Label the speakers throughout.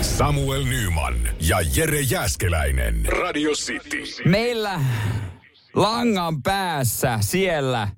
Speaker 1: Samuel Nyman ja Jere Jäskeläinen. Radio City.
Speaker 2: Meillä langan päässä siellä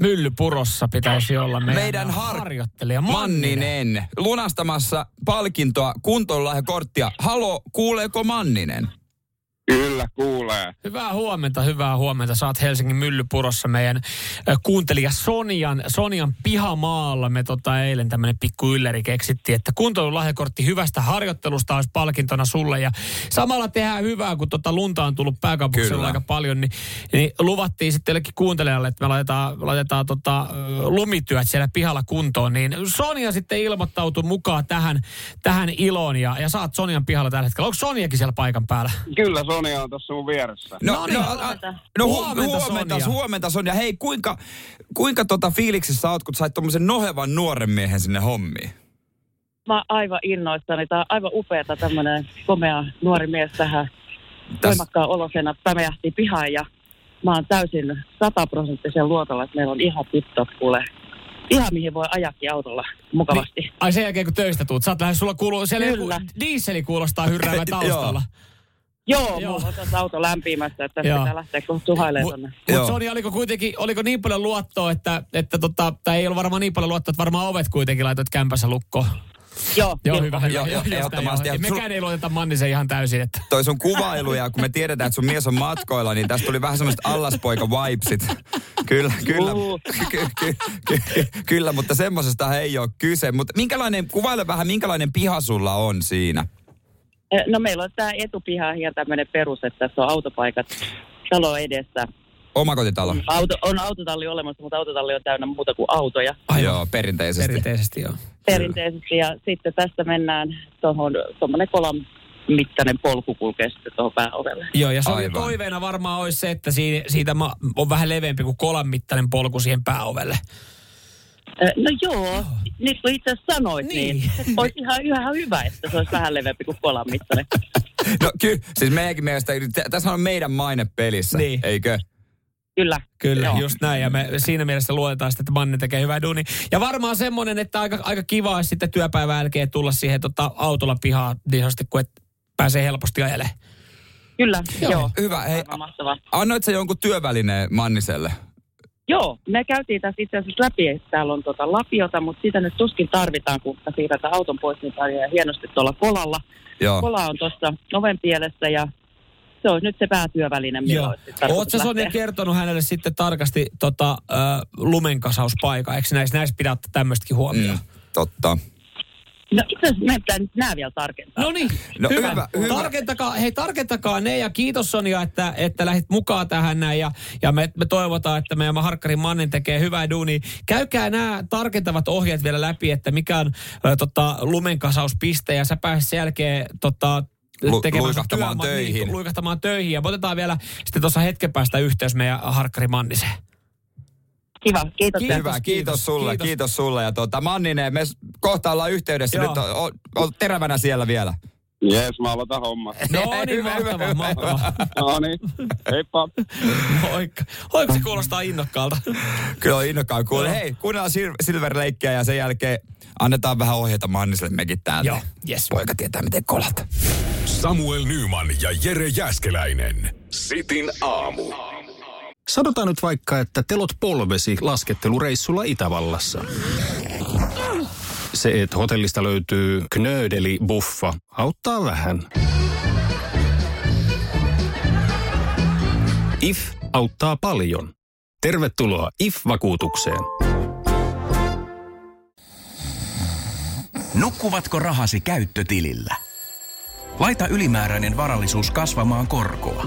Speaker 3: Myllypurossa pitäisi olla meidän,
Speaker 2: Meidän har-
Speaker 3: harjoittelija Manninen.
Speaker 2: Manninen lunastamassa palkintoa kuntoilulahjakorttia. Halo, kuuleeko Manninen?
Speaker 4: Kyllä, kuulee.
Speaker 3: Hyvää huomenta, hyvää huomenta. Saat Helsingin Myllypurossa meidän ö, kuuntelija Sonian, Sonian pihamaalla. Me tota eilen tämmöinen pikku ylläri keksittiin, että kuntoilulahjakortti hyvästä harjoittelusta olisi palkintona sulle. Ja samalla tehdään hyvää, kun tota lunta on tullut pääkaupunkiseudulla
Speaker 2: Kyllä.
Speaker 3: aika paljon, niin, niin, luvattiin sitten jollekin kuuntelijalle, että me laitetaan, laitetaan tota, ö, lumityöt siellä pihalla kuntoon. Niin Sonia sitten ilmoittautui mukaan tähän, tähän iloon ja, ja saat Sonian pihalla tällä hetkellä. Onko Soniakin siellä paikan päällä?
Speaker 4: Kyllä Sonia on tässä mun vieressä.
Speaker 2: No,
Speaker 3: Noniin.
Speaker 2: huomenta. No, hu-
Speaker 3: Huomenta,
Speaker 2: huomenta, huomenta,
Speaker 3: Sonja.
Speaker 2: huomenta Sonja. Hei, kuinka, kuinka tota fiiliksissä oot, kun sait tommosen nohevan nuoren miehen sinne hommiin?
Speaker 5: Mä oon aivan innoissani. Tämä on aivan upeata tämmöinen komea nuori mies tähän voimakkaan olosena pämähti pihaan ja mä oon täysin sataprosenttisen luotolla, että meillä on ihan tip-top kuule. Ihan mihin voi ajakin autolla mukavasti. Niin.
Speaker 3: Ai sen jälkeen kun töistä tuut, sä oot lähes, sulla kuuluu, siellä joku
Speaker 5: Kyllä.
Speaker 3: diisseli kuulostaa hyrräävän taustalla.
Speaker 5: Joo,
Speaker 3: Joo.
Speaker 5: Joo. mulla on tässä auto lämpimässä, että
Speaker 3: Joo.
Speaker 5: Joo. pitää lähteä kohta suhailemaan
Speaker 3: Mu-
Speaker 5: tonne.
Speaker 2: Joo.
Speaker 3: Mutta Sony, oliko kuitenkin, oliko niin paljon luottoa, että, että tota, tai ei ollut varmaan niin paljon luottoa, että varmaan ovet kuitenkin laitoit kämpässä lukkoon.
Speaker 5: Joo,
Speaker 3: Joo,
Speaker 5: joo.
Speaker 3: hyvä, hyvä.
Speaker 2: Joo, joo,
Speaker 3: just näin,
Speaker 2: ehdottomasti.
Speaker 3: joo. Mekään ei luoteta Mannisen ihan täysin, että
Speaker 2: Toi sun kuvailu ja kun me tiedetään, että sun mies on matkoilla, niin tästä tuli vähän semmoiset allaspoika vibesit. Kyllä, kyllä,
Speaker 5: Juu.
Speaker 2: ky, ky, ky, ky, kyllä, mutta semmosesta ei ole kyse. Mutta minkälainen, kuvaile vähän, minkälainen piha sulla on siinä?
Speaker 5: No meillä on tämä etupiha ihan tämmöinen perus, että tässä on autopaikat talo edessä.
Speaker 2: Omakotitalo?
Speaker 3: Oh.
Speaker 5: Auto, on autotalli olemassa, mutta autotalli on täynnä muuta kuin autoja.
Speaker 2: Joo, perinteisesti.
Speaker 3: perinteisesti joo.
Speaker 5: perinteisesti. Ja sitten tästä mennään tuohon, tuommoinen kolan mittainen polku kulkee sitten tuohon pääovelle.
Speaker 3: Joo, ja Sonja
Speaker 2: Aivan.
Speaker 3: toiveena varmaan olisi se, että si- siitä ma- on vähän leveämpi kuin kolan mittainen polku siihen pääovelle.
Speaker 5: Ö, No joo, nyt kun itse asiassa sanoit, niin,
Speaker 3: Niin.
Speaker 5: niin olisi ihan, ihan hyvä, että se olisi vähän leveämpi kuin kolan mittainen.
Speaker 2: No kyllä, siis meidänkin mielestä, t- tässä on meidän maine pelissä,
Speaker 3: Niin.
Speaker 2: eikö?
Speaker 5: Kyllä.
Speaker 3: Kyllä,
Speaker 5: Joo.
Speaker 3: just näin. Ja me siinä mielessä luetaan sitten, että Manne tekee hyvää duuni. Ja varmaan semmoinen, että aika, aika kiva olisi sitten työpäivän jälkeen tulla siihen tota, autolla pihaa niin sanotusti, kun et pääsee helposti ajelemaan.
Speaker 5: Kyllä, joo. joo.
Speaker 2: Hyvä, hei,
Speaker 5: Aivan mahtavaa.
Speaker 2: annoit sä jonkun työvälineen Manniselle?
Speaker 5: Joo, me käytiin tässä itse asiassa läpi, että täällä on tuota lapiota, mutta sitä nyt tuskin tarvitaan, kun me siirretään auton pois, niin tarjoaa hienosti tuolla kolalla.
Speaker 2: Joo.
Speaker 5: Kola on tuossa oven pielessä ja se on nyt se päätyöväline, millä olisi sitten tarkoitus
Speaker 3: Oletko Sonja
Speaker 5: lähteä.
Speaker 3: kertonut hänelle sitten tarkasti tota, äh, lumenkasauspaikan? Eikö näissä, näissä pidä ottaa tämmöistäkin huomioon?
Speaker 2: Mm,
Speaker 3: Mm.
Speaker 2: totta.
Speaker 5: No itse asiassa meidän pitää nyt nämä vielä tarkentaa.
Speaker 3: No niin,
Speaker 2: No
Speaker 3: hyvä.
Speaker 2: hyvä, hyvä.
Speaker 3: Tarkentakaa, hei tarkentakaa ne ja kiitos Sonja, että, että lähdit mukaan tähän näin ja, ja me, me, toivotaan, että meidän Harkkarin Mannen tekee hyvää duunia. Käykää nämä tarkentavat ohjeet vielä läpi, että mikä on ö, tota, lumenkasauspiste ja sä pääset sen jälkeen tota,
Speaker 2: Lu-
Speaker 3: tekemään sun
Speaker 2: luikahtamaan
Speaker 3: työmaa-
Speaker 2: töihin.
Speaker 3: Niin, luikahtamaan töihin ja me otetaan vielä sitten tuossa hetken päästä yhteys meidän Harkkari Manniseen.
Speaker 5: Kiva, kiitos.
Speaker 3: Kiitos.
Speaker 2: Hyvä, kiitos sulle,
Speaker 3: kiitos.
Speaker 2: kiitos, kiitos sulle. Ja tuota, Manninen, me s- kohta ollaan yhteydessä.
Speaker 3: Joo.
Speaker 2: Nyt on, on, on terävänä siellä vielä.
Speaker 4: Jees, mä aloitan homma.
Speaker 3: No niin,
Speaker 2: Hyvä, hyvä,
Speaker 3: mahtavaa,
Speaker 2: hyvä.
Speaker 3: mahtavaa.
Speaker 4: No niin, heippa.
Speaker 3: Moikka. Moikka, se kuulostaa innokkaalta.
Speaker 2: Kyllä on innokkaan kuule.
Speaker 3: Joo.
Speaker 2: Hei, kuunnellaan Sil- Silver-leikkiä ja sen jälkeen annetaan vähän ohjeita Manniselle mekin täältä.
Speaker 3: Joo, yes.
Speaker 2: Poika tietää, miten kolata.
Speaker 1: Samuel Nyman ja Jere Jäskeläinen. Sitin aamu.
Speaker 6: Sanotaan nyt vaikka, että telot polvesi laskettelureissulla Itävallassa. Se, että hotellista löytyy knöydeli buffa, auttaa vähän. IF auttaa paljon. Tervetuloa IF-vakuutukseen.
Speaker 7: Nukkuvatko rahasi käyttötilillä? Laita ylimääräinen varallisuus kasvamaan korkoa.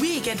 Speaker 8: Weekend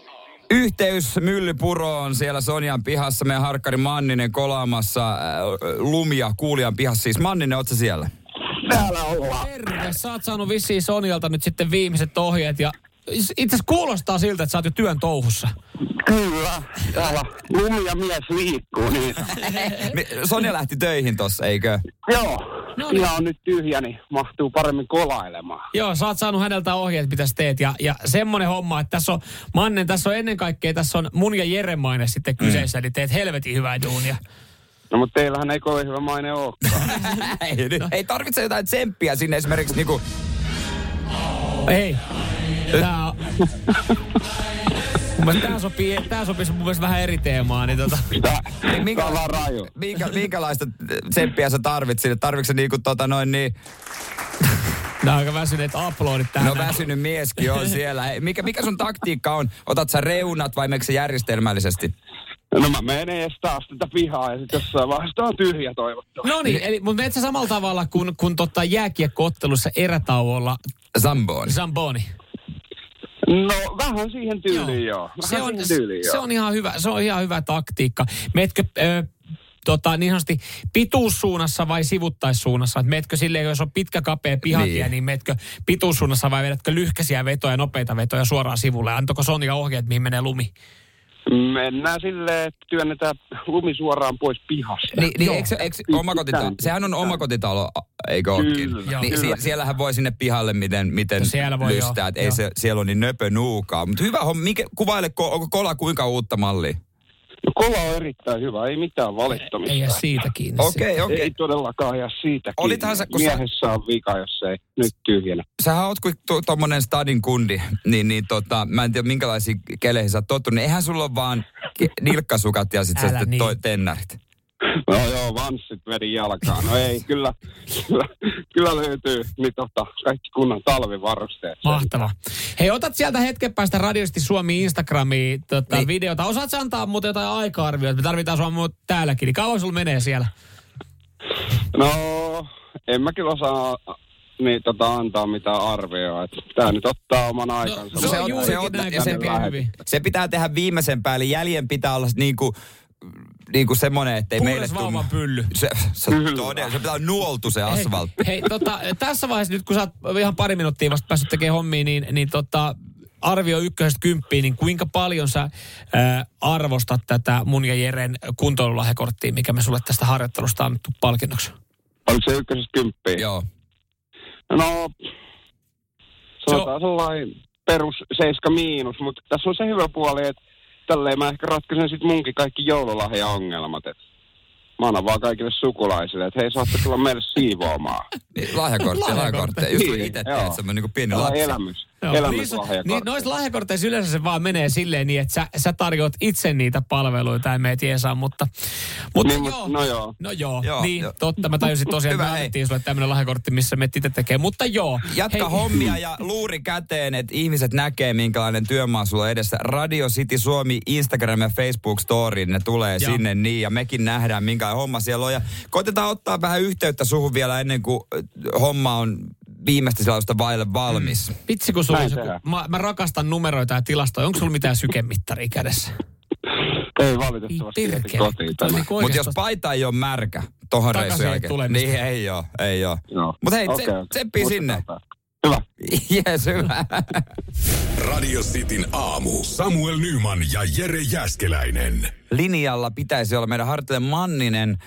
Speaker 2: Yhteys Myllypuroon siellä Sonian pihassa. Meidän harkkari Manninen kolaamassa äh, lumia kuulijan pihassa. Siis Manninen, oot sä siellä?
Speaker 5: Täällä ollaan.
Speaker 3: Terve, sä oot saanut vissiin Sonjalta nyt sitten viimeiset ohjeet ja itse asiassa kuulostaa siltä, että sä oot jo työn touhussa.
Speaker 5: Kyllä. Täällä lumia mies liikkuu, niin...
Speaker 2: Me- Sonja lähti töihin tossa, eikö?
Speaker 5: Joo.
Speaker 3: No niin.
Speaker 5: Piha on nyt tyhjä, niin mahtuu paremmin kolailemaan.
Speaker 3: Joo, sä oot saanut häneltä ohjeet, mitä sä teet. Ja, ja semmonen homma, että tässä on, Mannen, tässä on ennen kaikkea, tässä on mun ja Jeren maine sitten kyseessä, eli teet helvetin hyvää duunia.
Speaker 5: No, mutta teillähän ei kovin hyvä maine olekaan.
Speaker 2: ei, nyt, ei tarvitse jotain tsemppiä sinne esimerkiksi niinku...
Speaker 3: Ei. Tää on... Mun mielestä tää sopii, tää sopisi mun mielestä vähän eri teemaan, niin tota...
Speaker 5: Tää,
Speaker 2: minkä-
Speaker 5: tää on vaan raju.
Speaker 2: Minkä, minkälaista tsemppiä sä tarvit sinne? Tarvitsetko sä niinku tota noin niin...
Speaker 3: Nää on aika väsyneet uploadit tähän.
Speaker 2: No väsynyt mieskin on siellä. Hei, Mikä, mikä sun taktiikka on? Otat sä reunat vai meneekö se järjestelmällisesti?
Speaker 5: No mä menen ees taas tätä pihaa ja sit jossain vaiheessa tää on tyhjä toivottavasti.
Speaker 3: No niin, eli, mutta menet sä samalla tavalla kuin, kuin tota jääkiekkoottelussa erätauolla
Speaker 2: Zamboon.
Speaker 3: Zamboni.
Speaker 5: No vähän siihen tyyliin joo. Vähän
Speaker 3: Se on,
Speaker 5: siihen tyyliin
Speaker 3: se
Speaker 5: joo.
Speaker 3: on ihan hyvä, se on ihan hyvä taktiikka. Meetkö ö, tota, niin sanotusti pituussuunnassa vai sivuttaissuunnassa? Et meetkö silleen, jos on pitkä kapea pihatie,
Speaker 2: Niin.
Speaker 3: niin, niin meetkö pituussuunnassa vai vedätkö lyhkäisiä vetoja, nopeita vetoja suoraan sivulle? Antako Sonja ohjeet, mihin menee lumi?
Speaker 5: Mennään silleen, että työnnetään lumi suoraan pois pihasta.
Speaker 2: Niin, niin eikö, eikö omakotitalo,
Speaker 5: Pitää.
Speaker 2: sehän on omakotitalo, eikö ookin?
Speaker 5: Kyllä,
Speaker 2: Niin
Speaker 3: kyllä.
Speaker 2: sie- siellähän voi sinne pihalle, miten, miten
Speaker 3: No siellä voi,
Speaker 2: lystää.
Speaker 3: joo.
Speaker 2: Et ei
Speaker 3: Joo.
Speaker 2: se, siellä ole niin nöpö nuukaa. Mutta hyvä homma, mikä, kuvaile, ko- onko kola kuinka uutta mallia?
Speaker 5: No, kola on erittäin hyvä, ei mitään valittamista.
Speaker 3: Ei jää siitä kiinni.
Speaker 2: Okei, okei.
Speaker 5: Ei todellakaan jää siitä kiinni.
Speaker 2: Olithan sä- kun sä-
Speaker 5: Miehessä on vika, jos ei nyt tyhjänä.
Speaker 2: Sähän oot kuin tu- tommonen stadin kundi, niin, niin tota, mä en tiedä minkälaisiin keleihin sä oot tottunut. Niin Eihän sulla ole vaan ke- nilkkasukat ja sit sä
Speaker 3: Älä
Speaker 2: sitten
Speaker 3: niin.
Speaker 2: toi tennarit.
Speaker 5: No joo, vanssit vedin jalkaan. No ei, kyllä, kyllä, kyllä löytyy niin tota, kaikki kunnan talvivarusteet.
Speaker 3: Mahtava. Hei, otat sieltä hetken päästä radiosti Suomi Instagramiin tota,
Speaker 2: Niin.
Speaker 3: niin. videota. Osaatko antaa muuten jotain aika-arvioita? Me tarvitaan sua mu- täälläkin. Niin kauan sulla menee siellä?
Speaker 5: No, en mä kyllä osaa niin, tota, antaa mitään arvioa. että Tää nyt ottaa
Speaker 3: No.
Speaker 5: oman aikansa.
Speaker 3: se
Speaker 5: Mutta
Speaker 3: on
Speaker 5: ei-
Speaker 3: juurikin näin,
Speaker 2: ja se,
Speaker 3: kun se
Speaker 5: Tänne
Speaker 3: tekee
Speaker 5: lähet-
Speaker 3: hyvin.
Speaker 2: se pitää tehdä viimeisen päälle. Jäljen pitää olla niinku, niinku semmonen, ettei meille
Speaker 3: Kuudes
Speaker 2: tunnu.
Speaker 3: vauvan pylly.
Speaker 2: Se, se,
Speaker 5: Kyllä.
Speaker 2: todella, se pitää olla nuoltu se asfaltti.
Speaker 3: Hei, tota, tässä vaiheessa nyt kun sä oot ihan pari minuuttia vasta päässyt tekemään hommia, niin, niin tota, arvio ykkösestä kymppiin, niin kuinka paljon sä ää, arvostat tätä mun ja Jeren kuntoilulahjakorttia, mikä me sulle tästä harjoittelusta on annettu palkinnoksi?
Speaker 5: Oliko se ykkösestä kymppiä?
Speaker 2: Joo.
Speaker 5: No, sanotaan sellainen perus seiska miinus, mutta tässä on se hyvä puoli, että tälleen mä ehkä ratkaisen sitten munkin kaikki joululahjaongelmat. Et mä annan vaan kaikille sukulaisille, että hei saatte tulla meille siivoamaan.
Speaker 2: Niin, Lahjakortteja, lahjakortteja. Just kuin itse
Speaker 5: Joo.
Speaker 2: teet, semmoinen niin pieni
Speaker 5: Tämä
Speaker 2: lapsi.
Speaker 5: elämys.
Speaker 3: Niissä-
Speaker 5: Elämyslahjakortti.
Speaker 3: niin, noissa lahjakorteissa yleensä se vaan menee silleen niin, että sä, sä tarjoat itse niitä palveluita ja meet jeesaa, mutta, mutta
Speaker 5: Niin, mut-
Speaker 3: joo.
Speaker 5: no joo.
Speaker 3: No joo,
Speaker 2: Joo,
Speaker 3: joo niin
Speaker 2: joo.
Speaker 3: joo. totta. Mä tajusin tosiaan,
Speaker 2: Hyvä,
Speaker 3: että me
Speaker 2: hei.
Speaker 3: annettiin sulle tämmönen lahjakortti, missä me itse tekee, mutta joo.
Speaker 2: Jatka
Speaker 3: Hei.
Speaker 2: hommia ja luuri käteen, että ihmiset näkee, minkälainen työmaa sulla on edessä. Radio City Suomi, Instagram ja Facebook Story, ne tulee
Speaker 3: Joo.
Speaker 2: sinne niin, ja mekin nähdään, minkälainen homma siellä on. Ja koitetaan ottaa vähän yhteyttä suhun vielä ennen kuin ö, homma on viimeistä sellaista vaille valmis. Mm.
Speaker 3: Vitsi, kun sulla
Speaker 5: Näin
Speaker 3: on se,
Speaker 5: tehdään.
Speaker 3: kun mä, mä, rakastan numeroita ja tilastoja. Onko sulla mitään sykemittaria kädessä? Niin
Speaker 5: Ei
Speaker 3: Ei
Speaker 5: valitettavasti jäti
Speaker 3: perkele.
Speaker 5: kotiin tämä.
Speaker 3: Toi niinku
Speaker 2: Mutta jos
Speaker 3: oikeastaan-
Speaker 2: paita ei ole märkä tohon
Speaker 3: Takaisin
Speaker 2: reissun jälkeen,
Speaker 3: tulemista.
Speaker 2: niin ei ole, ei ole.
Speaker 5: Joo.
Speaker 2: Mutta hei,
Speaker 5: Okei,
Speaker 2: okay,
Speaker 5: okei.
Speaker 2: tseppi sinne.
Speaker 5: Muistetaan tää. Hyvä.
Speaker 2: Jees, hyvä.
Speaker 1: Radio Cityn aamu. Samuel Nyman ja Jere Jäskeläinen.
Speaker 2: linjalla pitäisi olla meidän hartille Manninen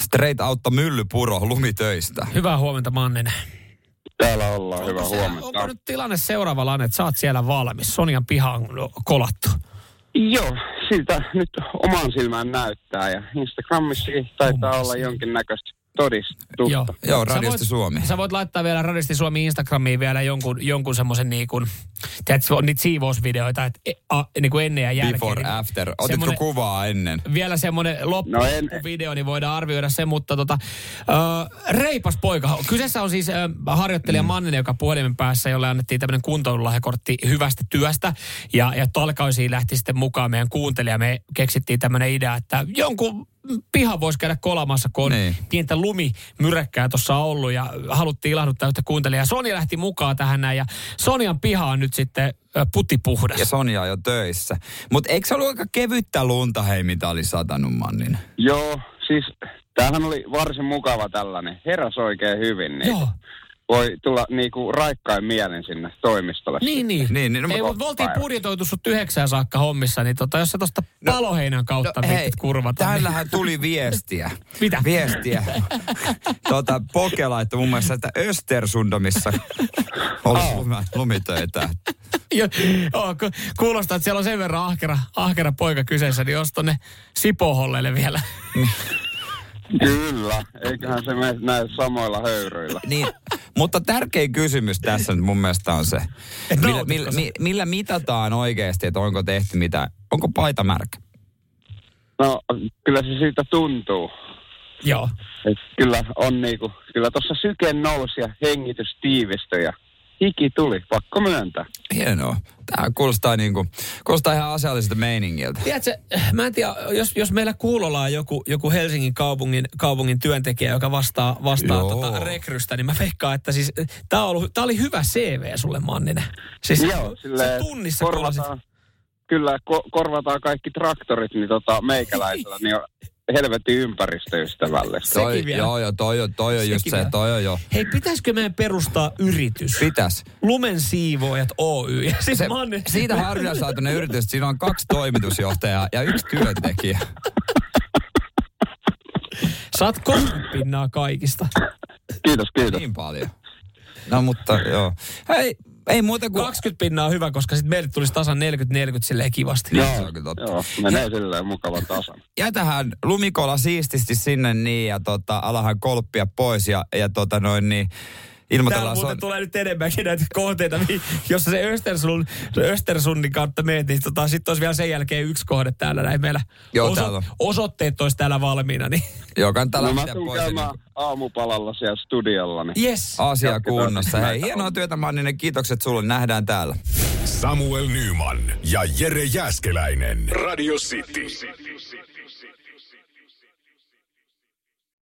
Speaker 2: Straight Autta Myllypuro lumitöistä.
Speaker 3: Hyvää huomenta, Manninen.
Speaker 5: Täällä ollaan. Hyvä
Speaker 3: Onko se-
Speaker 5: huomenta.
Speaker 3: Onko nyt tilanne seuraavalla, että sä oot siellä valmis? Sonian piha on no, kolattu.
Speaker 5: Joo, siltä nyt omaan silmään näyttää ja Instagramissakin taitaa
Speaker 3: Omaan
Speaker 5: olla
Speaker 3: silmään.
Speaker 5: jonkinnäköistä todistusta.
Speaker 3: Joo.
Speaker 2: Joo,
Speaker 3: Sä
Speaker 2: Radiosti
Speaker 3: voit-
Speaker 2: Suomi.
Speaker 3: Sä voit laittaa vielä Radisti Suomi Instagramiin vielä jonkun, jonkun semmoisen niin kuin, tiedätkö, on niitä siivousvideoita, että e, a, niin kuin ennen ja jälkeen.
Speaker 2: Before,
Speaker 3: niin
Speaker 2: after. Otitko
Speaker 3: semmonen-
Speaker 2: kuvaa ennen?
Speaker 3: Vielä semmoinen loppu,
Speaker 5: No
Speaker 3: no
Speaker 5: en-
Speaker 3: video, niin voidaan arvioida se, mutta tota, ö, reipas poika. Kyseessä on siis ö, harjoittelija mm. Manninen, joka puhelimen päässä, jolle annettiin tämmöinen kuntoilulahjakortti hyvästä työstä. Ja, ja talkaisiin lähti sitten mukaan meidän kuuntelija. Me keksittiin tämmöinen idea, että jonkun piha voisi käydä kolamassa, kun on
Speaker 2: Niin.
Speaker 3: pientä lumimyräkkää tuossa ollut ja haluttiin ilahduttaa yhtä kuuntelijaa. Sonja lähti mukaan tähän näin ja Sonjan piha on nyt sitten ö, putipuhdas.
Speaker 2: Ja Sonja on jo töissä. Mutta eikö se ollut aika kevyttä lunta, hei, mitä oli satanut, Mannin?
Speaker 5: Joo, siis tämähän oli varsin mukava tällainen. Heräs oikein hyvin, niin
Speaker 3: Joo.
Speaker 5: voi tulla niinku raikkain mielin sinne toimistolle.
Speaker 3: Niin, niin.
Speaker 2: Niin, niin, no,
Speaker 3: Ei,
Speaker 2: mut-
Speaker 3: mutta me oltiin
Speaker 5: päivä.
Speaker 3: budjetoitu sut yhdeksään saakka hommissa, niin tota, jos sä tosta no, paloheinän kautta no, hei, kurvata, niin,
Speaker 2: täällähän tuli viestiä.
Speaker 3: Mitä?
Speaker 2: Viestiä. tota, Poke laittoi mun mielestä, että Östersundomissa oli lumi- lumitöitä.
Speaker 3: jo, joo, ku, kuulostaa, että siellä on sen verran ahkera, ahkera poika kyseessä, niin jos tonne Sipoholleille vielä.
Speaker 5: Kyllä, eiköhän se mene näy samoilla höyryillä.
Speaker 2: Niin, mutta tärkein kysymys tässä nyt mun mielestä on se,
Speaker 3: Et
Speaker 2: millä,
Speaker 3: nautitko
Speaker 2: millä,
Speaker 3: sä?
Speaker 2: mi- millä mitataan oikeasti, että onko tehty mitä, onko paita märkä?
Speaker 5: No, kyllä se siitä tuntuu.
Speaker 3: joo.
Speaker 5: Et kyllä on niinku, kyllä tuossa syke nousi ja hengitys tiivistyi ja hiki tuli, pakko myöntää.
Speaker 2: Hienoa. Tämä kuulostaa, niinku, kuulostaa ihan asialliselta meiningiltä.
Speaker 3: Tiedätkö, mä en tiedä, jos, jos meillä kuulolla on joku, joku Helsingin kaupungin, kaupungin työntekijä, joka vastaa, vastaa
Speaker 2: Joo.
Speaker 3: tota rekrystä, niin mä veikkaan, että siis tämä oli hyvä CV sulle, Manninen. Siis sä siis-
Speaker 5: silleen
Speaker 3: tunnissa korvataan.
Speaker 5: korvataan, Kyllä, ko- korvataan kaikki traktorit niin tota, meikäläisellä, niin on helvetin ympäristöystävällistä.
Speaker 3: Sekin
Speaker 2: toi,
Speaker 3: vielä.
Speaker 2: Joo, joo, toi, on- toi on just
Speaker 3: Sekin
Speaker 2: se,
Speaker 3: vielä.
Speaker 2: toi on jo.
Speaker 3: Hei, pitäisikö meidän perustaa yritys?
Speaker 2: Pitäis.
Speaker 3: Lumen siivoojat Oy. Ja sit
Speaker 2: Se,
Speaker 3: se, Manne,
Speaker 2: siitä harvinaislaatuinen yritys, että siinä on kaksi toimitusjohtajaa ja yksi työntekijä.
Speaker 3: saat pinnaa kaikista.
Speaker 5: Kiitos, kiitos.
Speaker 2: Niin paljon. No mutta joo. Hei, ei muuta kuin...
Speaker 3: 20 pinnaa on hyvä, koska sitten meille tulisi tasan 40-40 silleen kivasti.
Speaker 2: Joo, se on kyllä totta.
Speaker 5: Joo, menee silleen mukavan tasan.
Speaker 2: jätähän lumikola siististi sinne niin ja tota, alahan kolppia pois ja, ja tota noin niin
Speaker 3: Täällä
Speaker 2: ilmoitellaan
Speaker 3: muuten
Speaker 2: son...
Speaker 3: tulee nyt enemmänkin näitä kohteita, mi- jossa se Östersun, Östersunnin kautta meet, niin tota, sitten olisi vielä sen jälkeen yksi kohde täällä näin meillä.
Speaker 2: Joo, täällä on.
Speaker 3: osoitteet olisi täällä valmiina, niin
Speaker 2: Joo, kannattaa
Speaker 5: No mä
Speaker 2: lähteä
Speaker 5: tuun
Speaker 2: pois.
Speaker 5: käymään aamupalalla siellä studiolla, niin
Speaker 3: yes.
Speaker 2: Asia
Speaker 5: Jatketaan
Speaker 2: kunnossa.
Speaker 5: näitä
Speaker 2: Hei, hienoa työtä Manninen. Kiitokset sulle. Nähdään täällä.
Speaker 1: Samuel Nyman ja Jere Jäskeläinen. Radio City.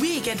Speaker 8: Weekend